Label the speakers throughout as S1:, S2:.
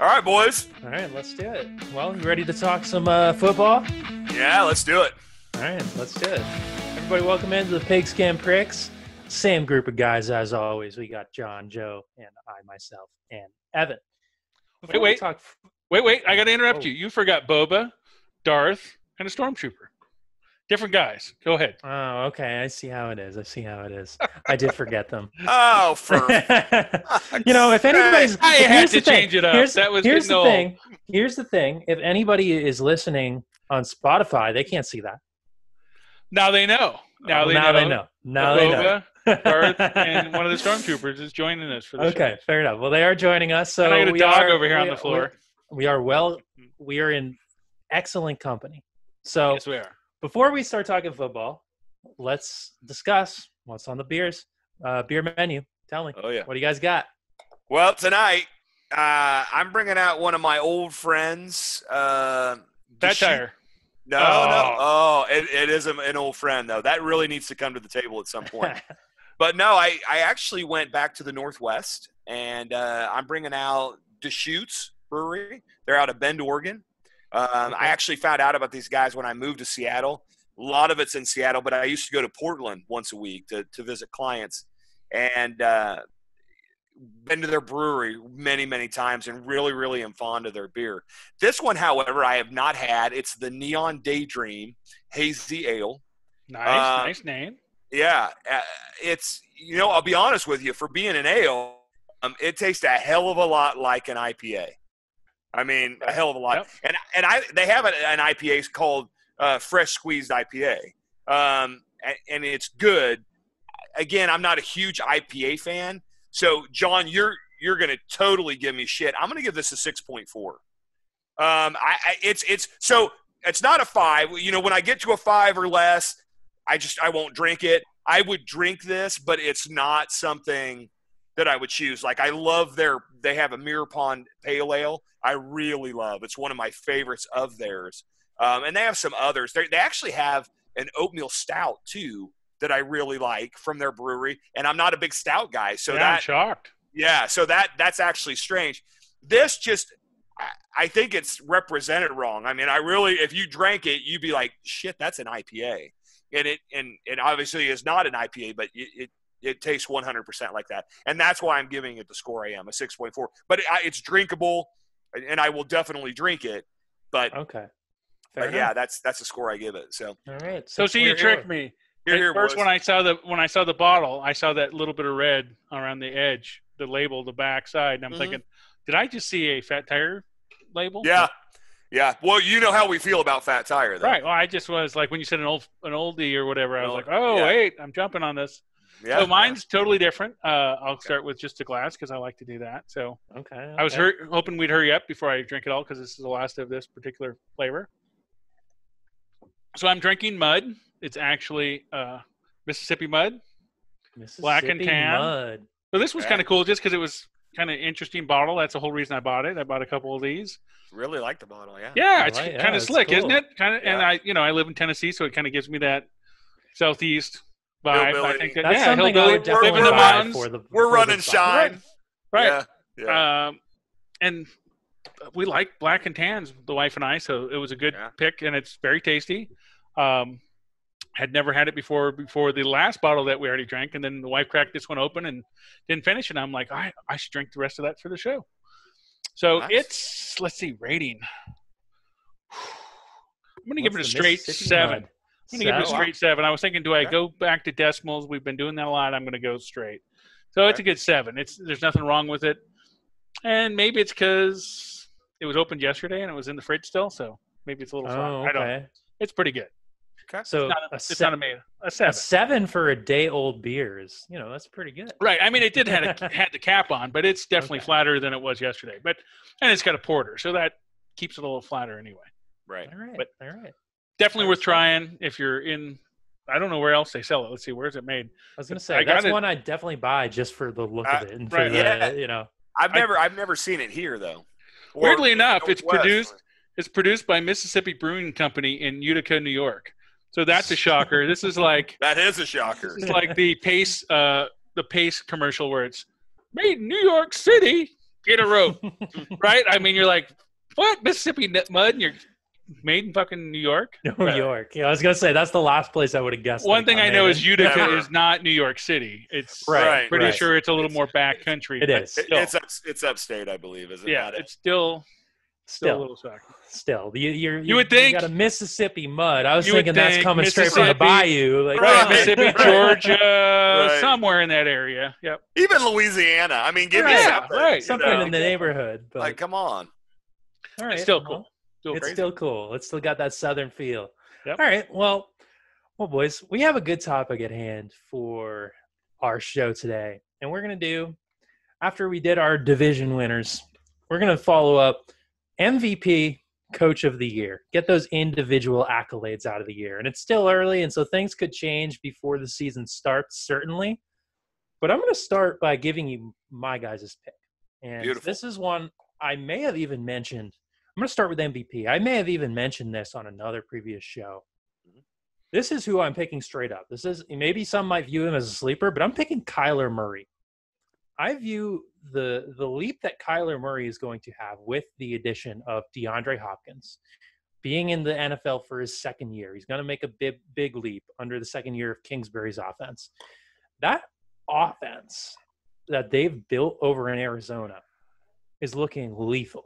S1: All right, boys.
S2: All right, let's do it. Well, you ready to talk some uh, football?
S1: Yeah, let's do it.
S2: All right, let's do it. Everybody, welcome into the Pigskin Pricks. Same group of guys as always. We got John, Joe, and I, myself, and Evan. Before we
S3: wait.
S2: talk f-
S3: Wait, wait, I got to interrupt
S2: Oh.
S3: you. You forgot Boba, Darth, and a stormtrooper. Different guys. Go ahead.
S2: oh, okay. I see how it is. I see how it is. I did forget them.
S1: Oh, for
S2: you know, if anybody's
S3: I
S2: if-
S3: had
S2: here's
S3: to
S2: the thing.
S3: change it up.
S2: Here's,
S3: That was
S2: here's
S3: getting
S2: the
S3: old.
S2: thing. Here's the thing. If anybody is listening on Spotify, they can't see that.
S3: Now they know. Now
S2: Oh,
S3: they
S2: now
S3: know.
S2: they know. Now they know.
S3: Boba, Darth, and one of the stormtroopers is joining us for the show.
S2: Okay, fair enough. Well, they are joining us. So
S3: and I got a
S2: we
S3: dog
S2: are-
S3: over here on
S2: we-
S3: the floor.
S2: We, we are well. We are in excellent company. So
S3: yes, we are.
S2: before we start talking football, let's discuss what's on the beers uh, beer menu. Tell me,
S1: oh yeah.
S2: what do you guys got?
S1: Well, tonight uh, I'm bringing out one of my old friends. Uh,
S3: Fat
S1: Dashi-
S3: tire.
S1: No,
S3: Oh.
S1: no. Oh, it, it is a- an old friend though. That really needs to come to the table at some point. but no, I, I actually went back to the Northwest, and uh, I'm bringing out Deschutes Brewery. They're out of Bend, Oregon. Um, I actually found out about these guys when I moved to Seattle. A lot of it's in Seattle, but I used to go to Portland once a week to, to visit clients, and uh, been to their brewery many, many times, and really, really am fond of their beer. This one, however, I have not had. It's the Neon Daydream Hazy Ale.
S3: Nice,
S1: Uh,
S3: nice name.
S1: Yeah, uh, it's you know I'll be honest with you for being an ale, um, it tastes a hell of a lot like an IPA. I mean, a hell of a lot.
S3: Yep.
S1: And and I they have an, an IPA called uh, Fresh Squeezed IPA, um, and, and it's good. Again, I'm not a huge IPA fan, so John, you're you're gonna totally give me shit. I'm gonna give this a six point four. Um, I, I it's it's so it's not a five. You know, when I get to a five or less, I just I won't drink it. I would drink this, but it's not something that I would choose. Like I love their they have a Mirror Pond Pale Ale. I really love. It's one of my favorites of theirs, um, and they have some others. They they actually have an oatmeal stout too that I really like from their brewery. And I'm not a big stout guy, so
S3: yeah, I'm
S1: that
S3: shocked.
S1: yeah, so that that's actually strange. This just I- I think it's represented wrong. I mean, I really if you drank it, you'd be like, "Shit, that's an IPA." And it and it obviously is not an IPA, but it it, it tastes 100% like that. And that's why I'm giving it the score I am, a 6.4. But it, I, it's drinkable and I will definitely drink it,
S3: Oh,
S1: but,
S2: okay, fair
S1: but yeah,
S2: enough.
S1: that's that's the score I give it. So,
S2: All right.
S3: So see, you
S2: we're-
S3: tricked me.
S1: here
S3: At
S1: here
S3: first,
S1: boys.
S3: when I saw the when I saw the bottle, I saw that little bit of red around the edge, the label, the back side, and I'm
S1: Mhm.
S3: thinking, did I just see a fat tire label?
S1: Yeah. Yeah. Well, you know how we feel about fat tire though.
S3: Right. Well, I just was like when you said an old an oldie or whatever, I was
S1: No,
S3: like, oh
S1: yeah.
S3: wait, I'm jumping on this.
S1: Yeah.
S3: So mine's totally different. Uh, I'll start with just a glass because I like to do that. So
S2: Okay,
S3: I was
S2: okay.
S3: hur- hoping we'd hurry up before I drink it all because this is the last of this particular flavor. So I'm drinking mud. It's actually uh, Mississippi mud. black and
S2: Mississippi
S3: tan.
S2: Mud.
S3: So this was
S1: Yeah.
S3: kind of cool just because it was kind of interesting bottle. That's the whole reason I bought it. I bought a couple of these.
S1: Really like the bottle, yeah.
S3: Yeah,
S2: I
S3: it's
S2: like- yeah,
S3: kind of
S2: it's
S3: slick, isn't
S2: cool.
S3: it? Kind of, and
S1: Yeah.
S3: I, you know, I live in Tennessee, so it kind of gives me that southeast vibe. I
S1: Hillbilly.
S3: think that,
S2: That's
S3: yeah,
S2: something I
S3: hillbilly,
S2: would definitely
S3: live in the
S1: buy
S3: mountains,
S2: for the.
S1: We're
S2: for the
S1: running
S2: vibe.
S1: shine.
S3: right?
S1: Yeah. yeah.
S3: Um, and we like black and tans, the wife and I, so it was a good
S1: Yeah.
S3: pick, and it's very tasty. Um, had never had it before before the last bottle that we already drank, and then the wife cracked this one open and didn't finish, and I'm like, I I should drink the rest of that for the show. So
S1: Nice.
S3: it's let's see rating. I'm gonna give it a
S2: What's the
S3: straight
S2: Mississippi
S3: seven.
S2: Mud?
S3: I'm gonna give it a
S1: Seven.
S3: straight seven. I was thinking, do I
S1: Okay.
S3: go back to decimals? We've been doing that a lot. I'm gonna go straight. So it's a good seven. It's there's nothing wrong with it, and maybe it's because it was opened yesterday and it was in the fridge still, so maybe it's a little.
S2: Wow.
S3: flat.
S2: Oh,
S3: I don't. know.
S2: okay.
S3: It's pretty good.
S2: So
S3: not
S2: a,
S3: It's
S2: se-
S3: not a man. A
S2: a
S3: seven.
S2: seven for a day old beer is, you know, that's pretty good.
S3: Right. I mean, it did had a, had the cap on, but it's definitely
S2: Okay.
S3: flatter than it was yesterday. But and it's got a porter, so that keeps it a little flatter anyway.
S1: Right.
S2: All right.
S3: But-
S2: all right.
S3: Definitely worth
S2: Excellent.
S3: trying if you're in. I don't know where else they sell it. Let's see, where is it made?
S2: I was
S3: But
S2: gonna say
S3: I got
S2: that's
S3: it-
S2: one I definitely buy just for the look
S1: Uh,
S2: of it and
S3: right,
S2: for the,
S1: yeah.
S2: you know.
S1: I've
S3: I-
S1: never I've never seen it here though. Or
S3: Weirdly enough, it's
S1: Northwest.
S3: produced It's produced by Mississippi Brewing Company in Utica, New York. So that's a shocker. this is like
S1: That is a shocker.
S3: this is like the Pace uh, the Pace commercial where it's made in New York City. get a rope, right? I mean, you're like, what Mississippi nut mud? And you're made in fucking New York.
S2: New
S1: Right.
S2: York. Yeah, I was gonna say that's the last place I would have guessed.
S3: One
S2: they
S3: thing I know
S2: made
S3: is
S2: it.
S3: Utica
S1: Never.
S3: is not New York City. It's
S2: Right,
S1: Right,
S3: pretty
S2: right.
S3: sure it's a little more back country.
S2: It
S3: but
S2: is.
S1: It-
S3: still.
S1: it's up, it's upstate, I believe, is it?
S3: yeah,
S1: not?
S3: it's still still, a
S2: still,
S3: little sucky.
S2: still. You, you're,
S3: You would think-
S2: you got a Mississippi mud. I was
S3: You would
S2: thinking that's
S3: think
S2: coming straight from the
S3: Mississippi-
S2: bayou, like
S1: Right.
S3: Mississippi,
S1: Right.
S3: Georgia, somewhere in that area. Yep.
S1: Even Louisiana. I mean, give me
S3: Yeah,
S1: something.
S3: right.
S1: you
S2: something
S1: know?
S2: in the neighborhood. But
S1: Like, come on.
S2: all
S3: It's
S2: right,
S3: still
S2: well,
S3: cool. Still
S2: it's
S3: crazy.
S2: still cool. It's still got that southern feel.
S3: Yep.
S2: All right. Well, well, boys, we have a good topic at hand for our show today, and we're gonna do after we did our division winners, we're gonna follow up MVP, Coach of the Year. Get those individual accolades out of the year, and it's still early, and so things could change before the season starts, certainly. But I'm gonna start by giving you my guys' pick, and
S1: Beautiful.
S2: this is one I may have even mentioned I'm going to start with MVP. I may have even mentioned this on another previous show.
S1: Mhm.
S2: This is who I'm picking straight up. This is maybe some might view him as a sleeper, but I'm picking Kyler Murray. I view the the leap that Kyler Murray is going to have with the addition of DeAndre Hopkins being in the NFL for his second year. He's going to make a big big leap under the second year of Kingsbury's offense. That offense that they've built over in Arizona is looking lethal.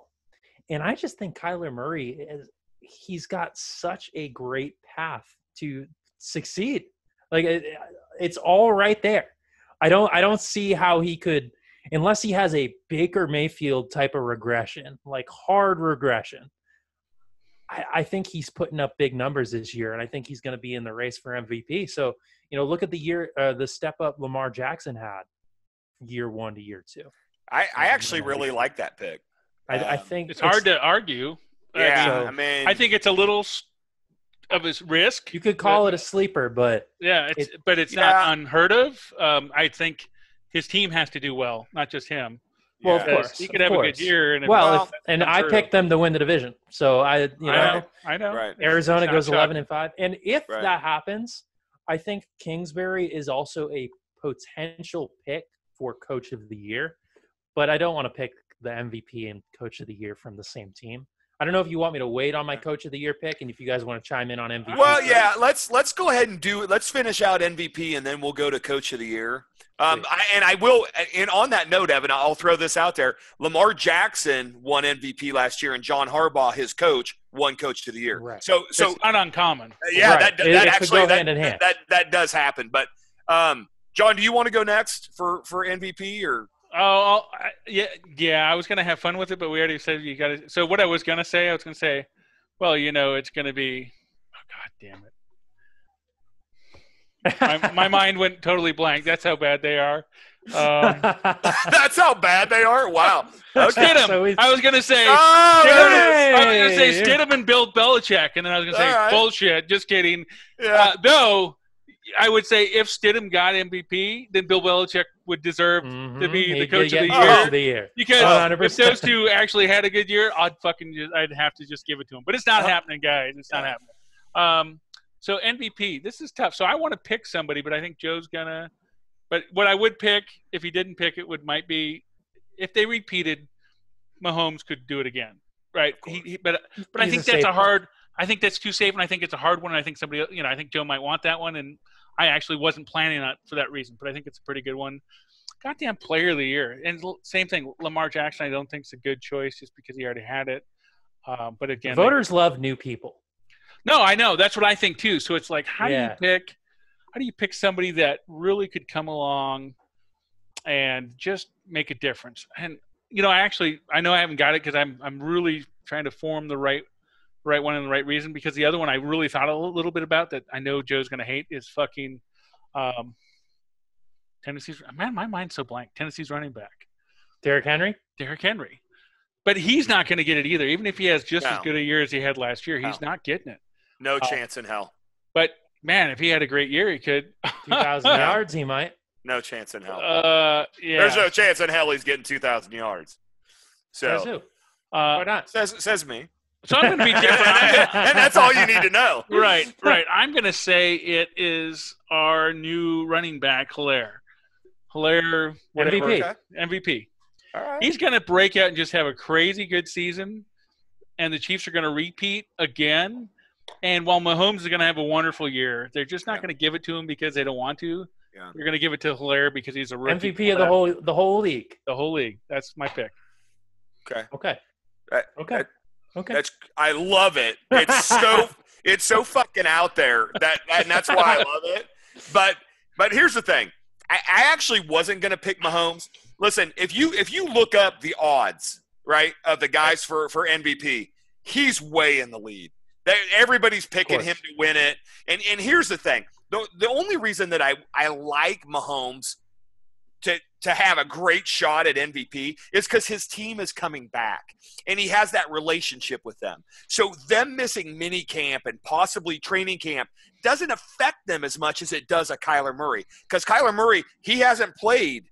S2: And I just think Kyler Murray is he's got such a great path to succeed. Like it, it's all right there. I don't I don't see how he could unless he has a Baker Mayfield type of regression, like hard regression. I, I think he's putting up big numbers this year, and I think he's going to be in the race for MVP. So you know, look at the year uh, the step up Lamar Jackson had year one to year two.
S1: I, I
S2: Yeah,
S1: actually
S2: yeah.
S1: really like that pick.
S2: I, I
S1: Um,
S2: think
S3: It's hard to argue. I
S1: Yeah,
S3: mean,
S2: so-
S1: I mean,
S3: I think it's a little s- of his risk.
S2: you could call it a sleeper, but
S3: Yeah, it's,
S2: It-
S3: but it's
S1: Yeah.
S3: not unheard of. Um, I think his team has to do well, not just him.
S2: well, of
S1: yeah.
S2: course,
S3: he could
S2: of
S3: have a
S2: course.
S3: good year. And if-
S2: Well,
S1: Well,
S2: if, and
S3: that's
S2: I
S3: true.
S2: picked them to win the division. So I, you know,
S3: I know, I know.
S1: Right.
S2: Arizona
S3: It's not
S2: goes
S3: shocking.
S2: 11 and 5. And if
S1: Right.
S2: that happens, I think Kingsbury is also a potential pick for coach of the year, but I don't want to pick the MVP and coach of the year from the same team. I don't know if you want me to wait on my coach of the year pick and if you guys want to chime in on MVP.
S1: Well,
S2: first.
S1: yeah. Let's let's go ahead and do. Let's finish out MVP, and then we'll go to Coach of the Year. Um,
S2: Great.
S1: I, and I will. And on that note, Evan, I'll throw this out there. Lamar Jackson won MVP last year, and John Harbaugh, his coach, won Coach of the Year.
S2: Right.
S1: So, so
S3: it's not uncommon.
S1: yeah,
S2: Right.
S1: that,
S2: It-
S1: that
S2: it could
S1: actually
S2: go
S1: that,
S2: hand in hand.
S1: that that does happen. But um, John, do you want to go next for for MVP or
S3: Oh, I, yeah, yeah. I was gonna have fun with it, but we already said you got to. So what I was gonna say, I was gonna say, well, you know, it's gonna be. Oh God damn it! My, my mind went totally blank. That's how bad they are. Um,
S1: that's how bad they are? Wow. Okay.
S3: Stidham.
S2: So we-
S3: I was gonna say.
S1: Oh, there it
S3: Stidham, I was gonna
S2: Hey.
S3: say Stidham and Bill Belichick, and then I was gonna say
S1: All right.
S3: bullshit. Just kidding.
S1: is. Yeah.
S3: Uh, though, I would say if Stidham got MVP, then Bill Belichick would deserve
S1: Mm.
S2: Mhm.
S3: be the
S2: He did
S3: coach of
S2: get
S3: the
S2: coach
S1: year.
S2: of the year.
S3: Because
S1: Uh,
S2: 100%.
S3: if those two actually had a good year, I'd fucking just, I'd have to just give it to them. But it's not
S1: Uh,
S3: happening, guys. It's not
S1: yeah.
S3: happening. Um, so MVP, this is tough. So I want to pick somebody, but I think Joe's gonna. But what I would pick if he didn't pick it would might be if they repeated, Mahomes could do it again, right?
S1: Of
S3: He,
S1: course.
S3: he- but but I
S2: He's
S3: think
S2: a
S3: that's a
S2: safe
S3: hard. I think that's too safe, and I think it's a hard one. And I think somebody, you know, I think Joe might want that one, and I actually wasn't planning on it for that reason. But I think it's a pretty good one. Goddamn player of the year, and l- same thing. Lamar Jackson, I don't think's a good choice just because he already had it. Um, but again, like-
S2: Voters love new people.
S3: no, I know that's what I think too. So it's like, how
S2: Yeah.
S3: do you pick? How do you pick somebody that really could come along and just make a difference? And you know, I actually I know I haven't got it because I'm I'm really trying to form the right right one and the right reason because the other one I really thought a li- little bit about that I know Joe's gonna hate is fucking um, Tennessee's man. My mind's so blank. Tennessee's running back
S2: Derrick Henry?
S3: Derrick Henry, but he's not gonna get it either. Even if he has just as
S1: No.
S3: good a year as he had last year, he's not getting it.
S1: No chance in hell.
S3: But man, if he had a great year, he could.
S2: 2,000 yards, he might.
S1: No chance in hell.
S3: Uh, yeah.
S1: There's no chance in hell he's getting 2,000 yards.
S2: Says
S1: So
S2: who? Why
S3: uh,
S2: not?
S1: says says me.
S3: so I'm going to be
S1: and,
S3: different. I'm gonna-
S1: and that's all you need to know.
S3: right, right. I'm going to say it is our new running back, Hilaire. Hilaire, whatever.
S2: MVP.
S1: Okay.
S3: MVP.
S1: All right.
S3: He's going to break out and just have a crazy good season, and the Chiefs are going to repeat again. And while Mahomes is going to have a wonderful year, they're just not
S1: Yeah.
S3: going to give it to him because they don't want to.
S1: Yeah.
S3: They're going to give it to Hilaire because he's a rookie.
S2: MVP of the whole the whole league.
S3: the whole league. That's my pick.
S1: okay.
S2: Okay.
S1: That-
S2: Okay. Okay.
S1: That's I love it. It's so it's so fucking out there that and that's why I love it. But but here's the thing. I, I actually wasn't gonna pick Mahomes. Listen, if you if you look up the odds, right, of the guys for for MVP, he's way in the lead. They, everybody's picking
S2: course.
S1: him to win it. And and here's the thing. The the only reason that I I like Mahomes to to have a great shot at MVP is because his team is coming back and he has that relationship with them. So them missing mini camp and possibly training camp doesn't affect them as much as it does a Kyler Murray because Kyler Murray he hasn't played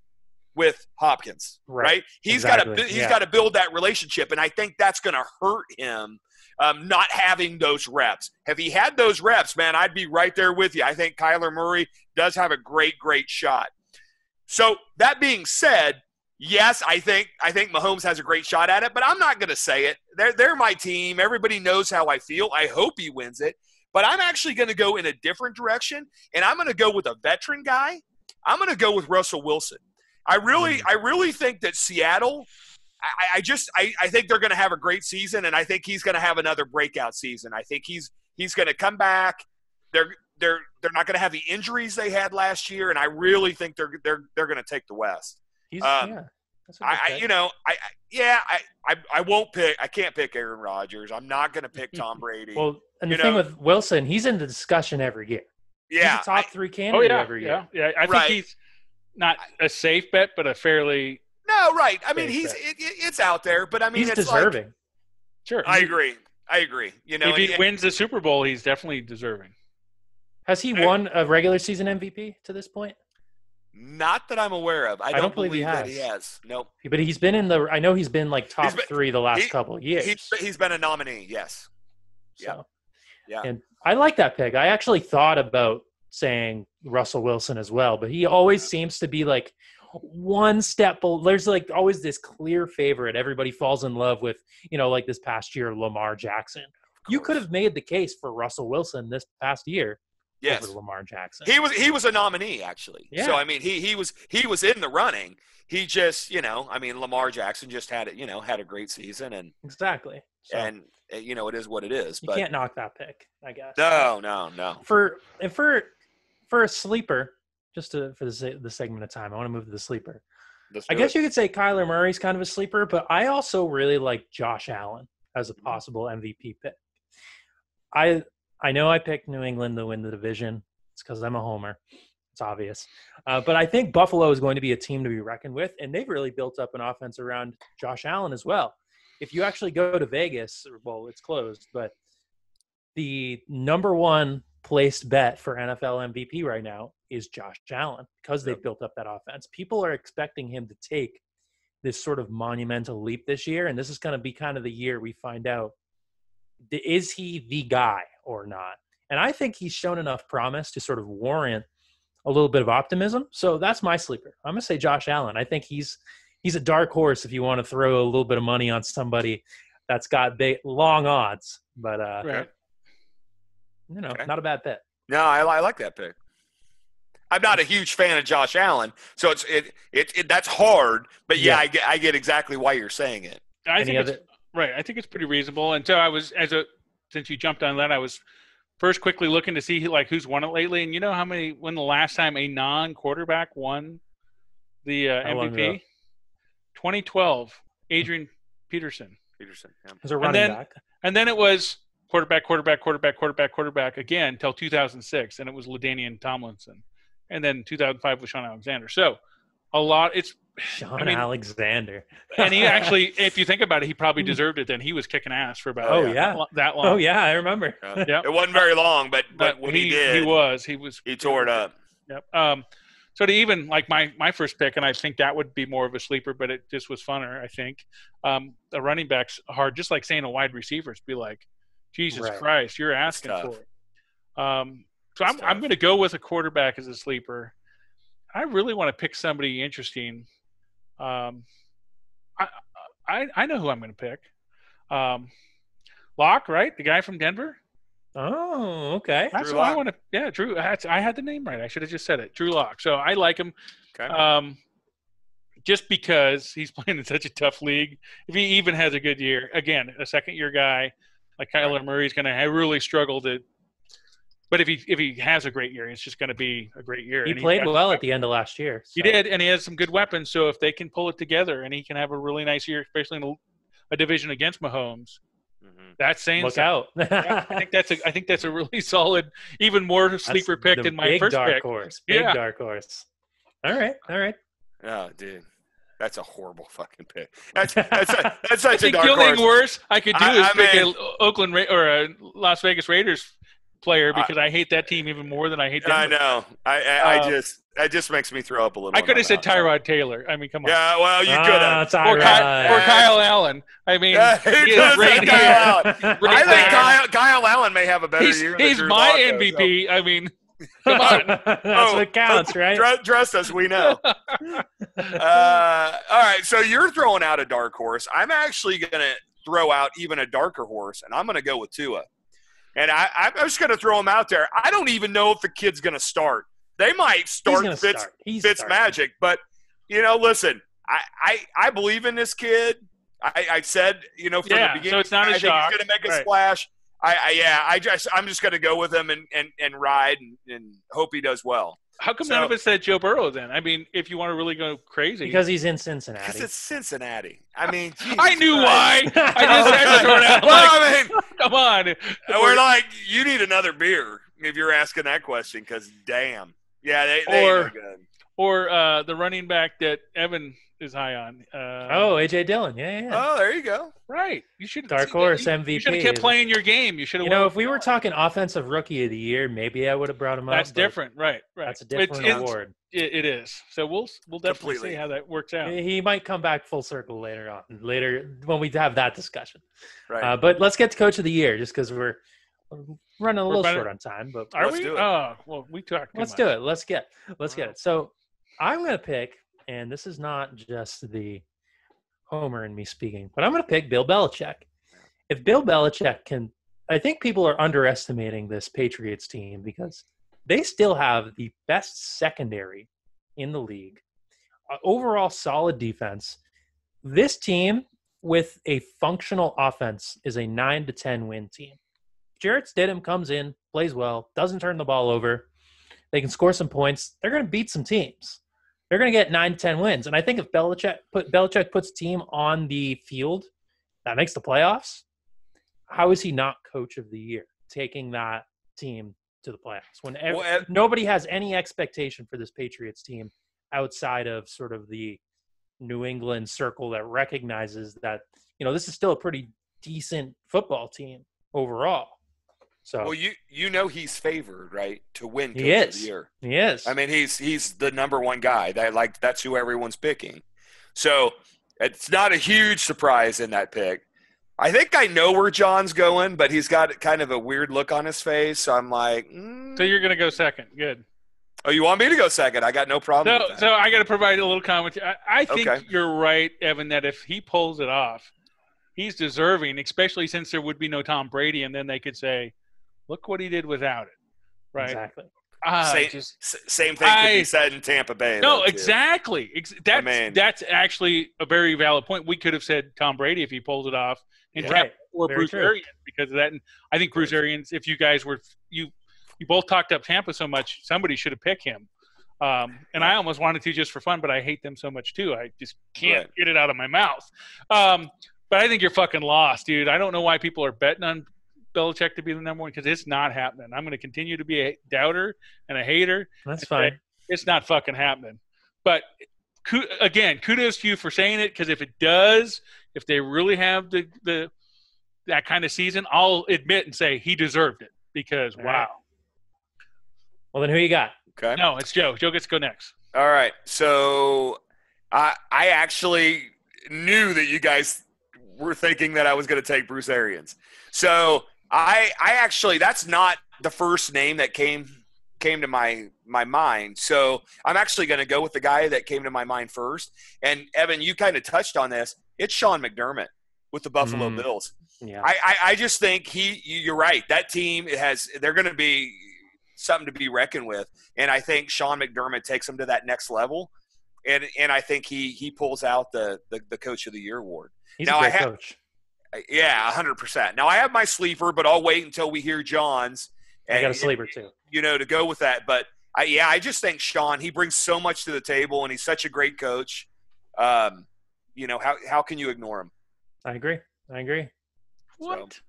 S1: with Hopkins,
S2: Right.
S1: right? He's got to
S2: Exactly.
S1: he's
S2: Yeah.
S1: got to build that relationship, and I think that's going to hurt him. Um, not having those reps. Have he had those reps, man? I'd be right there with you. I think Kyler Murray does have a great, great shot. So that being said, yes, I think I think Mahomes has a great shot at it, but I'm not going to say it. They're they're my team. Everybody knows how I feel. I hope he wins it, but I'm actually going to go in a different direction, and I'm going to go with a veteran guy. I'm going to go with Russell Wilson. I really
S2: Mm.
S1: I really think that Seattle. I, I just I, I think they're going to have a great season, and I think he's going to have another breakout season. I think he's he's going to come back. They're they're they're not going to have the injuries they had last year, and I really think they're they're they're going to take the West.
S2: He's,
S1: Um,
S2: yeah. That's a good
S1: I, I
S2: pick.
S1: you know I, I yeah I, I I won't pick I can't pick Aaron Rodgers. I'm not going to pick Tom Brady.
S2: well, and the
S1: you
S2: thing
S1: know-
S2: with Wilson, he's in the discussion every year.
S1: yeah,
S2: He's a top three
S3: Oh
S2: candidate
S3: yeah,
S2: every year.
S3: yeah, yeah. I think
S1: Right.
S3: he's not a safe bet, but a fairly
S1: no right. I mean
S2: Big
S1: he's
S2: fan.
S1: it, it- it's out there, but I mean
S2: he's
S1: it's
S2: deserving.
S3: sure.
S1: Like, I agree. I agree. You know,
S3: if he
S1: and-
S3: wins the Super Bowl, he's definitely deserving.
S2: Has he
S1: I-
S2: won a regular season MVP to this point?
S1: not that I'm aware of. I don't, believe, that he has. Nope.
S2: But he's been in the. I know he's been like top
S1: He's been-
S2: three the last
S1: he-
S2: couple of years.
S1: He's he's been a nominee. Yes. yeah.
S2: So.
S1: Yeah.
S2: And I like that pick. I actually thought about saying Russell Wilson as well, but he always
S1: Mm-hmm.
S2: seems to be like one step. bel- There's like always this clear favorite. Everybody falls in love with, you know, like this past year, Lamar Jackson. You could have made the case for Russell Wilson this past year
S1: Yes.
S2: over Lamar Jackson.
S1: He was he was a nominee actually.
S2: Yeah.
S1: So I mean he he was he was in the running. He just you know I mean Lamar Jackson just had it you know had a great season and
S2: exactly. So
S1: and uh, you know it is what it is.
S2: you
S1: But
S2: can't knock that pick, I guess.
S1: no no no.
S2: for and for for a sleeper, just to, for the se- the segment of time, I want to move to the sleeper.
S1: Let's
S2: I
S1: do
S2: guess
S1: it.
S2: you could say Kyler Murray's kind of a sleeper, but I also really like Josh Allen as
S1: Mm-hmm.
S2: a possible MVP pick. I I know I picked New England to win the division. It's because I'm a homer. It's obvious, uh, but I think Buffalo is going to be a team to be reckoned with, and they've really built up an offense around Josh Allen as well. If you actually go to Vegas, or- well, it's closed, but the number one placed bet for NFL MVP right now is Josh Allen because they've built up that offense. People are expecting him to take this sort of monumental leap this year, and this is going to be kind of the year we find out d- is he the guy or not. And I think he's shown enough promise to sort of warrant a little bit of optimism. So that's my sleeper. I'm going to say Josh Allen. I think he's he's a dark horse if you want to throw a little bit of money on somebody that's got big, long odds, but uh,
S3: Right.
S2: you know,
S1: Okay.
S2: not a bad bet.
S1: No, I, I like that pick. I'm not a huge fan of Josh Allen, so it's it it, it that's hard. But yeah,
S2: Yeah.
S1: I get I get exactly why you're saying it.
S3: I
S2: Any
S3: think it's-
S2: other?
S3: Right. I think it's pretty reasonable. And so I was as a since you jumped on that, I was first quickly looking to see who- like who's won it lately. And you know how many when the last time a non-quarterback won the uh,
S2: How long ago?
S3: MVP? 2012, Adrian Peterson.
S1: Peterson. Yeah.
S2: As a running
S3: then-
S2: back,
S3: And then it was quarterback, quarterback, quarterback, quarterback, quarterback again until 2006, and it was Ladainian Tomlinson. And then 2005 was Sean Alexander. So a lot. It's
S2: Sean
S3: I mean-
S2: Alexander.
S3: and he actually, if you think about it, he probably deserved it. Then he was kicking ass for about
S2: Oh
S1: yeah.
S2: yeah.
S3: that long.
S2: Oh yeah, I remember.
S1: Yeah.
S3: Yep.
S1: Uh, It wasn't very long, but but, when he, did,
S3: he was, he was,
S1: he tore it up.
S3: Yep. Um, so to even like my my first pick, and I think that would be more of a sleeper, but it just was funner. I think um, a running back's hard, just like saying a wide receiver's be like, Jesus
S2: Right.
S3: Christ, you're asking
S1: tough.
S3: for it. Um, so
S1: It's
S3: I'm I'm
S1: tough.
S3: going to go with a quarterback as a sleeper. I really want to pick somebody interesting. Um, I I, I know who I'm going to pick. Um, Locke, right? The guy from Denver.
S2: Oh, okay.
S3: That's
S1: Drew
S3: who I
S1: Lock.
S3: want to. Yeah, Drew. That's, I had the name right. I should have just said it. Drew Lock. So I like him.
S1: Okay.
S3: Um, just because he's playing in such a tough league, if he even has a good year, again, a second-year guy like Kyler Murray's going to really struggle to. But if he if he has a great year, it's just going to be a great year.
S2: He
S3: and
S2: played
S3: got-
S2: well at the end of last year.
S3: He
S2: so-
S3: did, and he has some good weapons. So if they can pull it together, and he can have a really nice year, especially in a, a division against Mahomes,
S1: Mhm.
S3: that's saying
S2: Look
S3: something.
S2: out.
S3: Yeah, I think that's a I think that's a really solid, even more
S2: That's
S3: sleeper pick
S2: the
S3: than my
S2: big
S3: first
S2: dark
S3: pick.
S2: horse. Big
S3: Yeah.
S2: dark horse. All right, all right.
S1: Oh, dude, that's a horrible fucking pick. That's that's a, that's such
S3: the
S1: a dark
S3: only
S1: horse.
S3: thing worse I could do
S1: I-
S3: is
S1: I
S3: pick
S1: mean-
S3: a Oakland Ra- or a Las Vegas Raiders player
S1: I-
S3: because I, hate that team even more than I hate.
S1: I
S3: Denver.
S1: know. I I,
S3: Uh,
S1: I just that just makes me throw up a little.
S3: I
S1: in
S3: could
S1: my
S3: have
S1: mouth.
S3: said Tyrod Taylor. I mean, come on.
S1: Yeah, well,
S3: Oh,
S1: you could have.
S2: Ah,
S3: Or, Ky- or
S1: Yeah.
S3: Kyle Allen. I mean,
S1: Yeah, he
S3: he is
S1: does have
S3: right
S1: Kyle
S3: here.
S1: Allen.
S2: Tyrod.
S3: Right
S1: I think
S3: there.
S1: Kyle, Kyle Allen may have a better
S3: he's,
S1: year. than
S3: he's
S1: Drew
S3: my
S1: Lock does, so-
S3: MVP. I mean, Come on.
S2: That's
S1: Oh,
S2: what counts, right?
S1: Dr- Trust us, we know. uh, all right, so you're throwing out a dark horse. I'm actually going to throw out even a darker horse, and I'm going to go with Tua. And I, I- I'm just going to throw him out there. I don't even know if the kid's going to start. They might
S2: He's
S1: start
S2: gonna
S1: Fitz,
S2: start. He's
S1: Fitz
S2: starting.
S1: Magic, but you know, listen, I, I, I believe in this kid. I, I said, you know, from
S3: Yeah,
S1: the
S3: so
S1: beginning,
S3: it's not a
S1: I think
S3: shock.
S1: he's going to make a
S3: Right.
S1: splash. I, I, yeah, I just, I'm just going to go with him and, and, and ride and, and hope he does well.
S3: how come none
S1: So-
S3: of us said Joe Burrow then? I mean, if you want to really go crazy,
S2: Because he's in
S1: Because
S2: Cincinnati.
S1: it's Cincinnati. I mean,
S3: I
S1: Jesus
S3: knew
S1: Christ.
S3: why. I just had to throw it out.
S1: Well, I mean,
S3: Come on.
S1: we're like, you need another beer if you're asking that question, because damn, yeah, they, they
S3: Or-
S1: ain't no good.
S3: or uh, the running back that Evan is high on. Uh,
S2: Oh, AJ Dillon. Yeah, yeah. yeah.
S1: Oh, there you go.
S3: right. You should
S2: Dark
S3: see,
S2: horse
S3: You, you should have kept
S2: MVP.
S3: playing your game. You should have.
S2: you know, if we were talking offensive rookie of the year, maybe I would have brought him up.
S3: that's
S2: but
S3: different. Right. Right.
S2: That's a
S3: It's-
S2: different
S3: it's-
S2: award.
S3: it- it is. So we'll we'll definitely see
S1: Completely.
S3: how that works out.
S2: He might come back full circle later on, later when we have that discussion.
S1: Right.
S2: Uh, but let's get to coach of the year, just because we're we're running a
S3: We're
S2: little
S3: running-
S2: short on time. But
S3: Are
S1: Let's
S3: we?
S1: do it.
S3: Oh, well, we talked. Too
S2: let's
S3: much.
S2: do it. Let's get let's get
S3: Wow.
S2: it. So I'm gonna pick, and this is not just the Homer and me speaking, but I'm gonna pick Bill Belichick. If Bill Belichick can, I think people are underestimating this Patriots team because they still have the best secondary in the league. Uh, overall, solid defense. This team with a functional offense is a nine to ten win team. Jarrett Stidham comes in, plays well, doesn't turn the ball over. They can score some points. They're going to beat some teams. They're going to get nine, ten wins. And I think if Belichick put Belichick puts a team on the field that makes the playoffs, how is he not coach of the year taking that team to the playoffs when ev-
S1: Well, eh, ev-
S2: nobody has any expectation for this Patriots team outside of sort of the New England circle that recognizes that you know this is still a pretty decent football team overall. So
S1: Well, you you know he's favored, right, to win
S2: He
S1: Coach of
S2: is.
S1: the year.
S2: he is.
S1: I mean, he's he's the number one guy. That like that's who everyone's picking. So it's not a huge surprise in that pick. I think I know where John's going, but he's got kind of a weird look on his face. So I'm like, mm.
S3: So you're gonna go second. Good.
S1: oh, you want me to go second? I got no problem.
S3: So
S1: with that.
S3: so I got to provide a little comment. I, I think
S1: Okay.
S3: you're right, Evan. That if he pulls it off, he's deserving. Especially since there would be no Tom Brady, and then they could say, "Look what he did without it." Right.
S2: Exactly.
S3: Ah,
S1: Say-
S3: just-
S1: S- same thing could
S3: I-
S1: be said in Tampa Bay.
S3: No,
S1: though, too.
S3: exactly. Ex- That's
S1: mean-
S3: that's actually a very valid point. We could have said Tom Brady if he pulled it off, and
S2: Right.
S3: kept- or
S2: Very
S3: Bruce
S2: true.
S3: Arians because of that. And I think Bruce Arians, if you guys were you, you both talked up Tampa so much, somebody should have picked him. Um, and I almost wanted to just for fun, but I hate them so much too. I just can't get it out of my mouth. Um, but I think you're fucking lost, dude. I don't know why people are betting on Belichick to be the number one because it's not happening. I'm going to continue to be a doubter and a hater
S2: That's
S3: Okay.
S2: fine.
S3: it's not fucking happening. But ku- again, kudos to you for saying it because if it does, if they really have the, the that kind of season, I'll admit and say he deserved it because
S2: All
S3: wow.
S2: right. Well, then who you got?
S1: Okay.
S3: No, it's Joe. Joe gets to go next.
S1: All right. So I I actually knew that you guys were thinking that I was going to take Bruce Arians. So I I actually that's not the first name that came came to my my mind. So I'm actually going to go with the guy that came to my mind first. And Evan, you kind of touched on this. it's Sean McDermott with the Buffalo
S2: Mm.
S1: Bills.
S2: Yeah.
S1: I, I, I just think he. you- You're right. That team has. They're going to be something to be reckoned with, and I think Sean McDermott takes them to that next level, and and I think he he pulls out the the, the Coach of the Year award.
S2: He's
S1: now
S2: a
S1: I
S2: great
S1: ha-
S2: coach.
S1: Yeah, hundred percent. Now I have my sleeper, but I'll wait until we hear John's.
S2: I got a sleeper too.
S1: you know, to go with that. But I, yeah, I just think Sean he brings so much to the table, and he's such a great coach. Um, you know how how can you ignore him?
S2: I agree. I agree.
S3: What?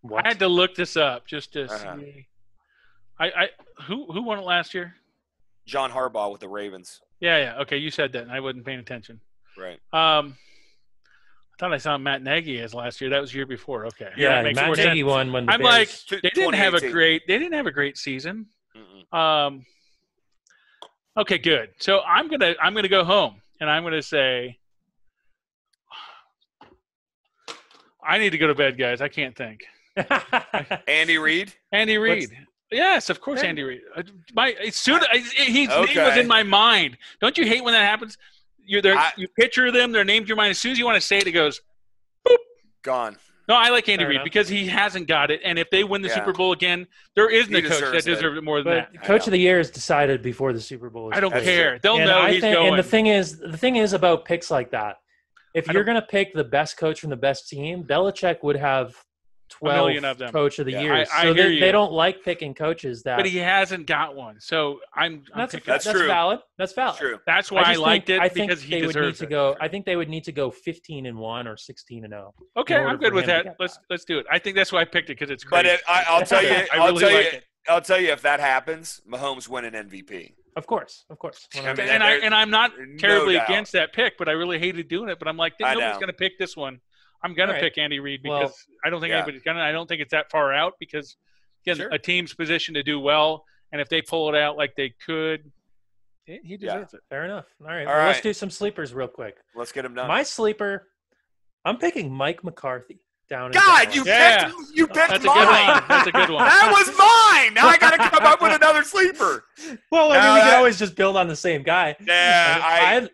S2: What?
S3: I had to look this up just to
S1: Uh-huh.
S3: see. I, I who who won it last year?
S1: John Harbaugh with the Ravens,
S3: Yeah, yeah. Okay, you said that. And I wasn't paying attention.
S1: right?
S3: Um, I thought I saw Matt Nagy as last year. That was the year before. Okay.
S2: yeah,
S3: that makes more
S2: Matt
S3: sense.
S2: Nagy won when the
S3: I'm like,
S2: Bears-
S3: they didn't have a
S1: 2018.
S3: great. They didn't have a great season.
S1: Mm-mm.
S3: Um, okay, good. So I'm gonna I'm gonna go home and I'm gonna say I need to go to bed, guys. I can't think.
S1: Andy Reid.
S3: Andy
S2: What's-
S3: Reed. Yes, of course, Andy Reed. Uh, My as soon I, his name was
S1: Okay.
S3: in my mind. Don't you hate when that happens? You're there,
S1: I-
S3: you picture them, they're named in your mind. As soon as you want to say it, it goes.
S1: Gone.
S3: No, I like Andy
S2: Fair
S3: Reed
S2: enough.
S3: because he hasn't got it. And if they win the
S1: Yeah.
S3: Super Bowl again, there is
S1: He
S3: no coach that
S1: deserves it.
S3: deserves it more than
S2: but
S3: that.
S2: coach of the year is decided before the Super Bowl. Is
S3: I don't
S1: That's
S2: played.
S1: true.
S3: care. They'll
S2: and
S3: know
S2: I
S3: he's
S2: think,
S3: going.
S2: And the thing is, the thing is about picks like that. If
S3: I
S2: you're going to pick the best coach from the best team, Belichick would have twelve
S3: million of them.
S2: coach of the
S1: Yeah,
S2: year.
S3: I- I
S2: so
S3: hear
S2: they,
S3: you.
S2: they don't like picking coaches that.
S3: but he hasn't got one. So I'm. I'm
S2: that's,
S3: picking-
S1: That's
S2: that's,
S1: true.
S2: valid. That's valid.
S1: True.
S3: that's
S2: I
S3: why I,
S2: just
S3: liked
S2: think,
S3: it
S2: I think
S3: because he
S2: they would need
S3: deserves
S2: to
S3: it.
S2: go. I think they would need to go 15 and one or 16 and oh. zero.
S3: okay,
S2: in order
S3: I'm good
S2: for
S3: with
S2: him to
S3: that.
S2: get
S3: Let's
S2: that.
S3: let's do it. I think that's why I picked it because it's
S1: But
S3: crazy.
S1: if, I, I'll tell you,
S3: I
S1: I'll
S3: really
S1: tell
S3: like
S1: you,
S3: it.
S1: I'll tell you if that happens, Mahomes win an MVP.
S2: Of course, of course.
S1: I mean,
S3: and I
S1: there-
S3: and I'm not
S1: no
S3: terribly
S1: doubt.
S3: against that pick, but I really hated doing it. But I'm like,
S1: I
S3: nobody's
S1: know.
S3: going to pick this one. I'm going to
S2: Alright.
S3: pick Andy Reid
S2: Well,
S3: because I don't think
S1: yeah.
S3: anybody's going to. I don't think it's that far out because again,
S1: Sure.
S3: a team's positioned to do well, and if they pull it out like they could, he he
S1: Yeah.
S3: deserves it.
S2: Fair enough. All right.
S1: All
S2: well, Let's
S1: right.
S2: do some sleepers real quick.
S1: Let's get him done.
S2: My sleeper. I'm picking Mike McCarthy down. in
S1: God,
S2: Dallas.
S1: you
S3: Yeah.
S1: picked, you picked
S3: That's a good
S1: mine.
S3: one. That's a good one.
S1: That was mine. Now I got to come up with another sleeper.
S2: Well, I mean,
S1: No,
S2: we can
S1: that-
S2: always just build on the same guy.
S1: Yeah, I-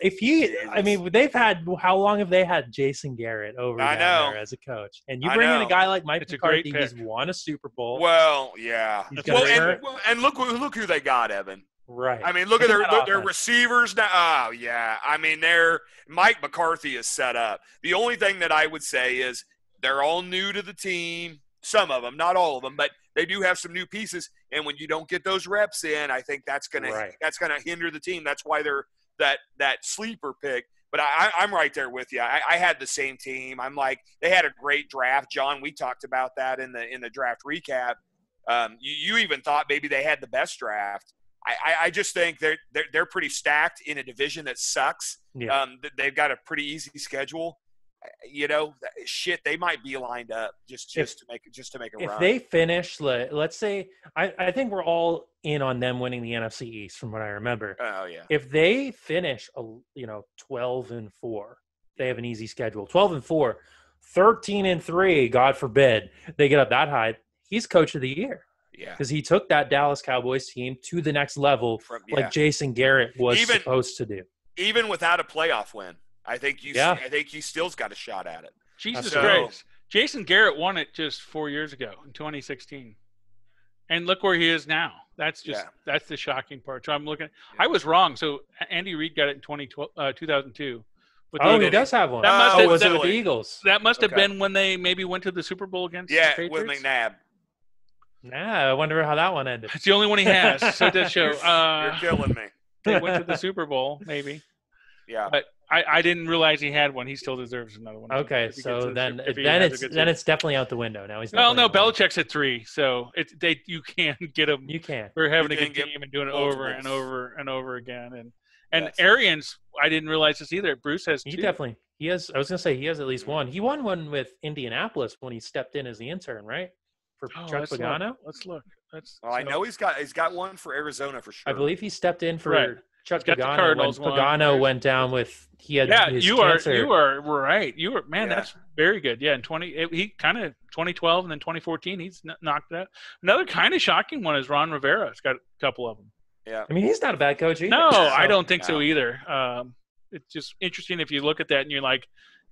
S2: if he, I mean, they've had how long have they had Jason Garrett over
S1: I
S2: down
S1: know.
S2: there as a coach? And you
S1: I
S2: bring in
S1: know.
S2: a guy like Mike
S3: It's a great
S2: McCarthy, who's
S3: pick.
S2: won a Super Bowl,
S1: Well, yeah.
S2: He's
S1: Well,
S2: got a
S1: and,
S2: rare-
S1: well, and look who- look who they got, Evan.
S2: right?
S1: I mean, look at
S2: Look
S1: their
S2: at that
S1: look, their
S2: offense.
S1: receivers now. Oh yeah, I mean, they're Mike McCarthy is set up. The only thing that I would say is they're all new to the team. Some of them, not all of them, but they do have some new pieces. And when you don't get those reps in, I think that's gonna
S2: Right.
S1: that's gonna hinder the team. That's why they're that that sleeper pick. But I, I- I'm right there with you. I, I had the same team. I'm like they had a great draft, John. We talked about that in the in the draft recap. Um, you, you even thought maybe they had the best draft. I, I, I just think they're, they're they're pretty stacked in a division that sucks.
S2: yeah.
S1: Um, th- they've got a pretty easy schedule. Uh, You know, th- shit, they might be lined up just
S2: If-
S1: just to make just to make a
S2: if
S1: run.
S2: they finish, let, let's say, I, I think we're all in on them winning the NFC East, from what I remember.
S1: oh yeah,
S2: if they finish a you know 12 and 4 they have an easy schedule 12 and 4 13 and 3 god forbid they get up that high he's coach of the year
S1: yeah,
S2: because he took that dallas cowboys team to the next level
S1: From- yeah.
S2: like jason garrett was
S1: Even-
S2: supposed to do
S1: Even without a playoff win, I think you.
S2: Yeah.
S1: I think he still's got a shot at it.
S3: Jesus
S2: So-
S3: Christ! Jason Garrett won it just four years ago in 2016, and look where he is now. That's just
S1: Yeah.
S3: that's the shocking part. So I'm looking.
S1: Yeah.
S3: I was wrong. So Andy Reid got it in 2012, uh, 2002. With
S2: oh
S3: the-
S2: he does have one
S3: That must
S2: oh
S3: have-
S2: was it
S3: that-
S2: with the eagles
S3: That must have
S1: Okay.
S3: been when they maybe went to the Super Bowl against
S1: Yeah,
S3: the
S1: with
S3: Patriots.
S1: McNabb,
S2: nah i wonder how that one ended
S3: It's the only one he has. So it does show.
S1: you're,
S3: Uh,
S1: you're killing me.
S3: they went to the Super Bowl, maybe.
S1: Yeah,
S3: I, I didn't realize he had one. He still deserves another one.
S2: okay
S3: If he gets to
S2: so
S3: the
S2: then
S3: Super- if he
S2: then
S3: has a
S2: it's
S3: good
S2: then
S3: season.
S2: it's definitely out the window now he's
S3: well,
S2: definitely
S3: no,
S2: out the window.
S3: Belichick's at three, so it's they you can get him.
S2: you can't
S3: We're having a
S1: You
S3: good
S1: can get
S3: game and doing it over and
S1: multiples.
S3: over and over again. And and
S1: Yes.
S3: Arians, I didn't realize this either. Bruce has
S2: He
S3: two.
S2: definitely he has. I was gonna say he has at
S3: Mm-hmm.
S2: least one. He won one with Indianapolis when he stepped in as the intern, right? For
S3: Oh,
S2: Chuck
S3: let's look.
S2: Pagano,
S3: Let's look. That's
S1: well, Oh, I
S3: so-
S1: know he's got he's got one for Arizona for sure.
S2: I believe he stepped in for
S3: Right.
S2: Chuck
S3: He's got the
S2: Pagano when
S3: Cardinals one.
S2: Pagano went down with he had
S3: Yeah,
S2: his
S3: you
S2: cancer.
S3: are you are right. You were man.
S1: Yeah.
S3: That's very good. Yeah, in twenty, it, he kind of 2012 and then 2014, he's kn- knocked it out. Another kind of shocking one is Ron Rivera. He's got a couple of them.
S1: yeah,
S2: I mean, he's not a bad coach either.
S3: No,
S2: so-
S3: I don't think
S1: No.
S3: so either. Um, it's just interesting if you look at that and you're like,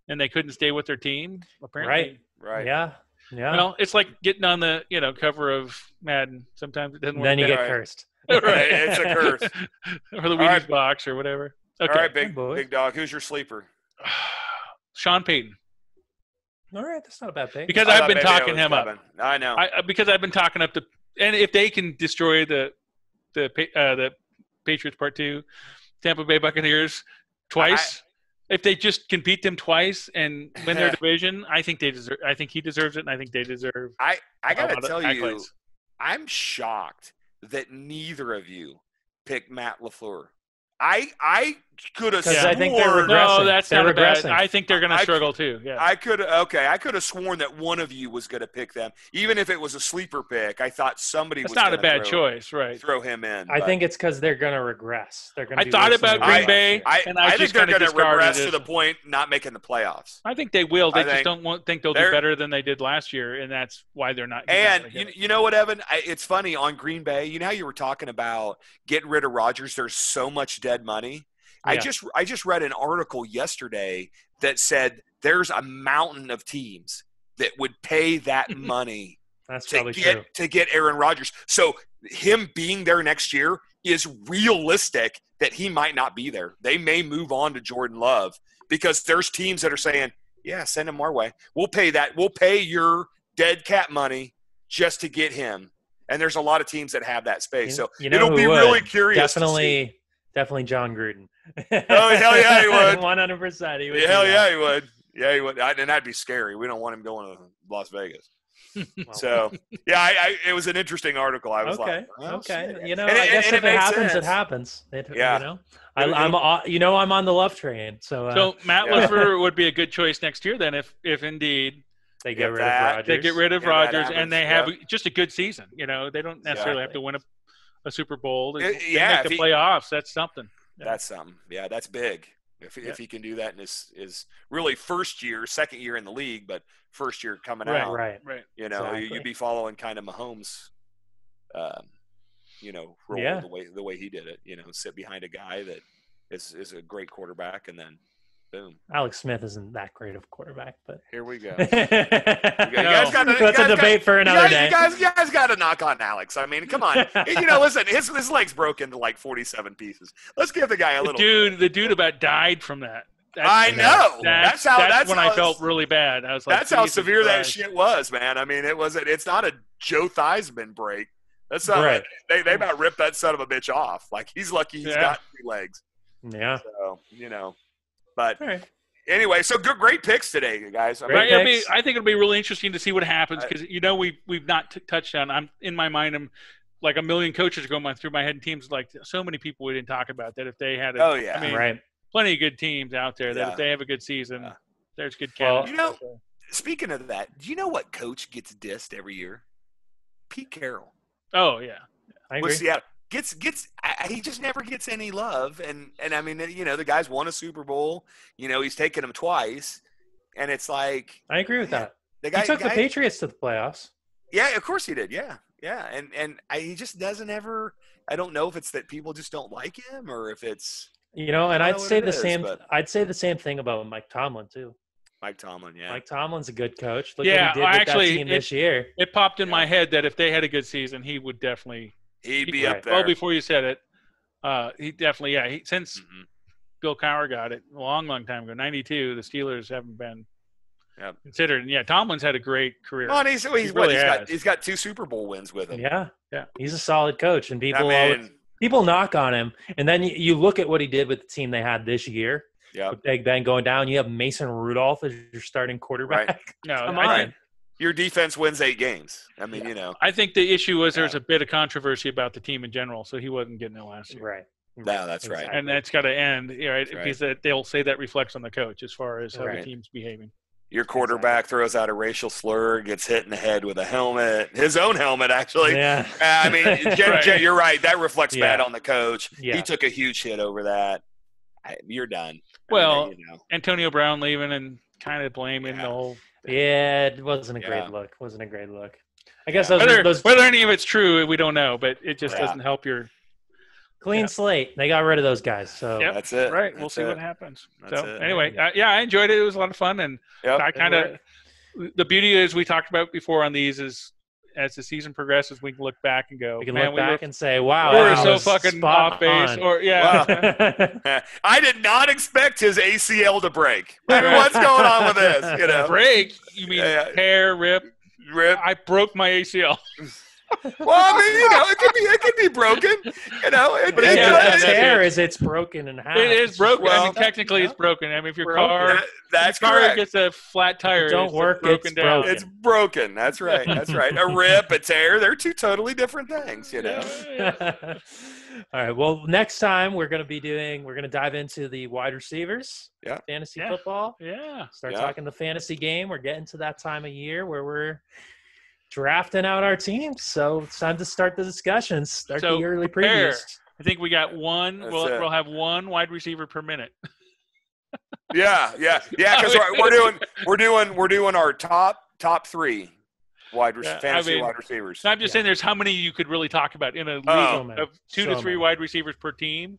S3: and they couldn't stay with their team apparently.
S2: Right.
S1: Right.
S2: Yeah. Yeah.
S3: Well, it's like getting on the you know cover of Madden. Sometimes it doesn't work.
S2: then you
S3: out.
S2: get
S1: Right.
S2: cursed.
S1: Right, it's a curse.
S3: or the Wheaties
S1: All right.
S3: box or whatever. Okay.
S1: All right, big
S2: boys.
S1: big dog. Who's your sleeper?
S3: Sean Payton,
S2: All right, that's not a bad pick.
S3: because
S1: I
S3: I've
S1: thought
S3: been
S1: maybe
S3: talking
S1: that
S3: him
S1: was
S3: up.
S1: coming. I know.
S3: I, uh, because I've been talking up the and if they can destroy the the Pa- uh, the Patriots part two, Tampa Bay Buccaneers twice. if they just can beat them twice and win their division, I think they deserve. I think he deserves it, and I think they deserve.
S1: I, I
S3: a
S1: gotta
S3: lot of
S1: tell you,
S3: accolades.
S1: I'm shocked that neither of you picked Matt Lafleur. I I could have
S2: Because
S1: sworn I,
S2: I think they're regressing.
S3: No, that's
S2: They're
S3: not a bad.
S2: regressing.
S3: I think they're going
S1: I-
S3: to struggle too. Yeah,
S1: could okay I could have sworn that one of you was going to pick them, even if it was a sleeper pick. I thought somebody
S3: it's
S1: was
S3: not a
S1: gonna
S3: bad
S1: throw,
S3: choice, right?
S1: Throw him in.
S2: I
S1: but
S2: think it's because they're gonna regress. They're gonna.
S3: I
S2: be
S3: thought
S2: worse than
S3: about
S2: they were
S1: Green
S2: last
S3: Bay.
S2: year.
S1: I,
S3: and I
S1: I,
S3: was
S1: think
S3: just
S1: they're
S3: kinda
S1: going to
S3: discarded
S1: regress
S3: it
S1: to
S3: as
S1: the
S3: a-
S1: point not making the playoffs.
S3: I think they will. They
S1: I
S3: just
S1: think-
S3: don't want, think they'll do
S1: They're-
S3: better than they did last year, and that's why they're not. you're not
S1: And
S3: gonna get
S1: you,
S3: it.
S1: you know what, Evan? I, it's funny on Green Bay. You know how you were talking about getting rid of Rodgers. There's so much dead money. I
S2: Yeah.
S1: just I just read an article yesterday that said there's a mountain of teams that would pay that money
S2: That's
S1: to
S2: probably
S1: get
S2: true.
S1: to get Aaron Rodgers. So him being there next year is realistic that he might not be there. They may move on to Jordan Love because there's teams that are saying, "Yeah, send him our way. We'll pay that. We'll pay your dead cat money just to get him." And there's a lot of teams that have that space. So
S2: you know
S1: it'll
S2: who
S1: be
S2: would?
S1: really curious. to see.
S2: Definitely, definitely John Gruden.
S1: Oh, hell yeah, he would.
S2: One hundred percent. He would.
S1: Yeah,
S2: do
S1: hell
S2: that.
S1: yeah, he would. Yeah, he would. I, and that'd be scary. We don't want him going to Las Vegas.
S2: Well,
S1: So, yeah, I, I, it was an interesting article. I was
S2: okay,
S1: like, oh,
S2: okay.
S1: shit.
S2: You know,
S1: And
S2: I
S1: it-
S2: guess
S1: and
S2: if
S1: it
S2: it,
S1: makes
S2: happens, it
S1: sense.
S2: happens. It,
S1: Yeah.
S2: You know, I,
S1: It-
S2: I'm. on- You know, I'm on the love train. So, uh,
S3: So Matt
S1: Yeah.
S3: LaFleur would be a good choice next year then if if indeed
S2: they get
S1: if
S2: rid
S1: that-
S2: of Rodgers.
S3: they get rid of
S1: Yeah, that
S3: Rodgers
S1: happens,
S3: and they have just a good season. You know, they don't necessarily have
S2: Exactly.
S3: to win a, a Super Bowl. They,
S1: Uh,
S3: they
S1: yeah,
S3: make
S1: if
S3: the
S1: he-
S3: playoffs. That's something.
S1: That's something. Yeah, that's big. If,
S3: Yeah.
S1: if he can do that in his is really first year, second year in the league, but first year coming
S3: Right,
S1: out,
S2: Right.
S3: Right.
S1: you know, you-
S2: Exactly.
S1: you'd be following kind of Mahomes, um, you know, role
S2: Yeah.
S1: the way the way he did it. You know, sit behind a guy that is is a great quarterback, and then boom,
S2: Alex Smith isn't that great of a quarterback, but
S1: here we go.
S3: you
S2: that's
S3: guys
S1: gotta- you
S2: a
S1: guys
S2: debate for another
S1: you guys,
S2: day.
S1: You guys, you guys got to knock on Alex. I mean, come on. you know, listen, his his legs broke into like forty-seven pieces. Let's give the guy a
S3: The
S1: little.
S3: dude, the dude about died from that. That's,
S1: I know.
S3: That's,
S1: That's how. That's,
S3: when
S1: how
S3: I felt really bad. I was like,
S1: That's how
S3: Jesus
S1: severe that
S3: Christ.
S1: shit was, man. I mean, it wasn't. It's not a Joe Theismann break. That's not.
S2: Right.
S1: They they about ripped that son of a bitch off. Like he's lucky he's
S3: Yeah.
S1: got two legs.
S2: Yeah.
S1: So you know. But
S2: All right.
S1: anyway, so good, great picks today, you guys. I mean,
S2: Great
S3: Right, it'll be,
S2: picks.
S3: I think it'll be really interesting to see what happens
S1: I-
S3: because you know we we've not t- touched on. I'm in my mind. I'm like a million coaches going my, through my head and teams like so many people we didn't talk about that if they had a,
S1: Oh yeah.
S3: I mean,
S2: Right.
S3: plenty of good teams out there that
S1: Yeah.
S3: if they have a good season,
S1: Yeah.
S3: there's good
S2: Well-
S3: candidates.
S1: You know- Speaking of that, do you know what coach gets dissed every year? Pete Carroll.
S3: oh yeah,
S2: I agree.
S1: with Seattle. Gets gets I, I- he just never gets any love, and and I mean you know the guy's won a Super Bowl, you know he's taken them twice, and it's like
S2: I agree with
S1: Yeah.
S2: that.
S1: the
S2: He
S1: guy
S2: took the
S1: guy-
S2: Patriots to the playoffs.
S1: yeah of course he did yeah yeah and and I, he just doesn't ever I don't know if it's that people just don't like him or if it's
S2: You know, and
S1: I don't
S2: I'd
S1: know what
S2: say
S1: it
S2: the
S1: is,
S2: same.
S1: but-
S2: I'd say the same thing about Mike Tomlin too.
S1: Mike Tomlin yeah
S2: Mike Tomlin's a good coach. Look
S3: Yeah,
S2: what he did
S3: I
S2: with
S3: actually-
S2: that team this year.
S3: it popped in my head that if they had a good season, he would definitely.
S1: he'd be up
S2: Right.
S1: there
S3: Well, before you said it, uh, he definitely yeah. He, since
S1: Mhm.
S3: Bill Cowher got it a long, long time ago, '92, the Steelers haven't been
S1: Yep.
S3: considered. And yeah, Tomlin's had a great career.
S1: well and he's, he's,
S3: He
S1: what,
S3: really
S1: he's
S3: has.
S1: got he's got two Super Bowl wins with him
S2: Yeah,
S3: Yeah.
S2: he's a solid coach, and people
S1: I
S2: always,
S1: mean
S2: people knock on him, and then you, you look at what he did with the team they had this year.
S1: yeah
S2: With Big Ben going down, you have Mason Rudolph as your starting quarterback.
S3: no,
S2: Come
S3: I
S2: on.
S3: think-
S1: your defense wins eight games I mean you know
S3: I think the issue was there was
S1: Yeah.
S3: a bit of controversy about the team in general, so he wasn't getting it last year.
S2: Right.
S1: no that's right
S3: And that's got to end, right?
S1: Right.
S3: Because that they'll say that reflects on the coach as far as how
S2: Right.
S3: the team's behaving.
S1: Your quarterback throws out a racial slur, gets hit in the head with a helmet, his own helmet, actually.
S2: yeah.
S1: Uh, I mean, Jen,
S3: Right.
S1: Jen, you're right. That reflects bad
S2: Yeah.
S1: on the coach.
S2: Yeah.
S1: He took a huge hit over that. I, you're done. I mean,
S3: Well,
S1: you know.
S3: Antonio Brown leaving and kind of blaming
S1: Yeah.
S3: the whole.
S2: yeah, it wasn't a great
S1: Yeah.
S2: look. Wasn't a great look. I guess
S1: Yeah.
S2: those,
S3: Whether,
S2: those
S3: whether any of it's true, we don't know, but it just
S1: Yeah.
S3: doesn't help your
S2: Clean
S3: Yeah.
S2: slate. They got rid of those guys. So
S3: Yep.
S1: That's it.
S3: Right. We'll
S1: That's
S3: see
S1: it.
S3: what happens.
S1: That's
S3: so
S1: it.
S3: anyway, uh, yeah, I enjoyed it. It was a lot of fun, and
S1: Yep.
S3: I kind of the beauty is we talked about before on these is as the season progresses, we can look back and go,
S2: we can
S3: man,
S2: look
S3: we
S2: back and say, wow,
S3: were, we were
S2: that
S3: so
S2: was
S3: fucking
S2: spot
S3: off base,
S2: on.
S3: or uh, yeah,
S1: I did not expect his ACL to break. I mean, what's going on with this? You know,
S3: break. You mean
S1: Yeah, yeah.
S3: tear, rip?
S1: Rip.
S3: I broke my ACL.
S1: Well, I mean, you know, it could be, it could be broken. You know, it,
S3: But
S1: it-
S3: yeah,
S1: it-
S2: the
S3: that's
S1: it-
S2: tear is it's broken in half.
S3: It is broken. I mean,
S1: Well-
S3: technically, it's broken. I mean, if your
S2: Broken.
S3: car, if
S1: that's
S3: your car
S1: correct.
S3: gets a flat tire,
S2: Don't
S3: it's
S2: work,
S3: broken
S2: it's
S3: down.
S2: broken.
S1: It's broken. That's right. That's right. A rip, a tear, they're two totally different things, you know.
S3: Yeah, yeah.
S2: All right. Well, next time we're going to be doing, we're going to dive into the wide receivers,
S1: Yeah.
S2: fantasy
S3: Yeah.
S2: football,
S3: yeah.
S2: start
S1: Yeah.
S2: talking the fantasy game. We're getting to that time of year where we're drafting out our teams. So it's time to start the discussions, start
S3: So
S2: the early
S3: prepare.
S2: previews.
S3: I think we got one.
S1: That's
S3: We'll,
S1: it.
S3: we'll have one wide receiver per minute.
S1: Yeah, yeah, yeah. Because we're, we're doing, we're doing, we're doing our top top three wide rec-
S3: Yeah, I
S1: fantasy
S3: mean-
S1: wide receivers.
S3: So I'm just
S2: Yeah.
S3: saying, there's how many you could really talk about in a league
S1: Oh.
S2: many.
S3: of two
S2: So
S3: to three
S2: many.
S3: wide receivers per team.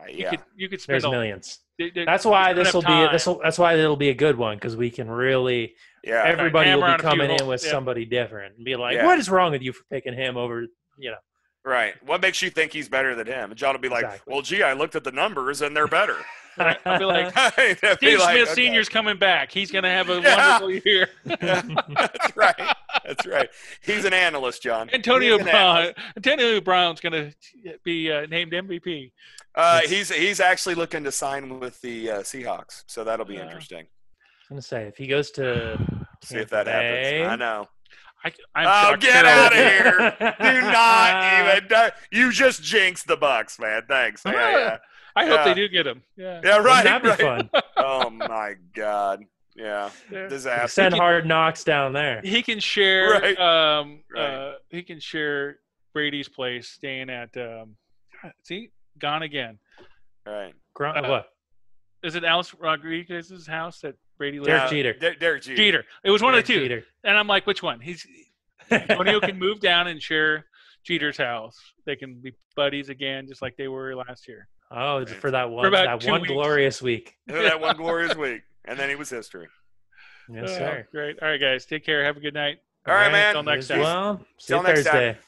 S1: Uh,
S3: You
S1: yeah,
S3: could you could spend
S2: There's
S3: a
S2: millions.
S3: there- there-
S2: That's why
S3: there's
S2: this will be
S3: enough
S2: this
S3: time.
S2: will that's why it'll be a good one because we can really
S1: yeah.
S2: everybody
S3: hammer
S2: will
S3: on a
S2: be
S3: few
S2: coming in
S3: holes,
S2: with
S3: yeah.
S2: somebody different and be like,
S1: Yeah.
S2: "What is wrong with you for picking him over?" You know,
S1: Right. What makes you think he's better than him? And John will be like,
S2: Exactly.
S1: "Well, gee, I looked at the numbers, and they're better."
S3: Right. I'll be like,
S1: Right? They'll be
S3: Steve
S1: like,
S3: Smith
S1: "Okay."
S3: Senior's coming back. He's going to have a
S1: Yeah.
S3: wonderful year.
S1: Yeah, that's right. That's right. He's an analyst, John.
S3: Antonio
S1: He's an analyst.
S3: Brown. Antonio Brown's going to be uh, named MVP.
S1: Uh, he's he's actually looking to sign with the uh, Seahawks, so that'll be
S3: Yeah.
S1: interesting.
S2: I'm gonna say if he goes to
S1: See if that happens. I know.
S3: I, I'm
S1: Oh,
S3: shocked.
S1: get
S3: Carolina-
S1: out of here! Do not even. do- you just jinxed the Bucks, man. Thanks.
S3: Ah.
S1: Yeah, yeah.
S3: I hope
S1: Yeah.
S3: they do get him. Yeah.
S1: Yeah, right.
S2: That'd be
S1: right.
S2: fun.
S1: Oh my God. Yeah.
S3: yeah.
S1: Disaster.
S2: Send hard knocks down there.
S3: He can share.
S1: Right.
S3: Um,
S1: Right.
S3: Uh, he can share Brady's place, staying at. Um, God, see, gone again.
S1: Right.
S2: Grunt,
S3: Uh,
S2: what?
S3: Is it Alice Rodriguez's house that Brady lives?
S2: Derek
S1: Yeah,
S3: at?
S2: Jeter.
S1: Der- Derek Jeter.
S3: Jeter. It was one
S2: Derek
S3: of the two.
S2: Jeter.
S3: And I'm like, which one? He's Antonio can move down and share Jeter's house. They can be buddies again, just like they were last year.
S2: oh, it's for that one,
S3: about
S2: that
S3: two
S2: one
S3: weeks.
S2: glorious week.
S1: that one glorious week, and then he was history.
S2: Yes,
S3: Oh,
S2: sir.
S3: Great. All right, guys. Take care. Have a good night.
S1: All right,
S2: All right,
S1: man.
S3: till next
S2: You as
S3: time.
S2: Well, see
S1: Till
S2: you
S1: next time.
S2: Thursday.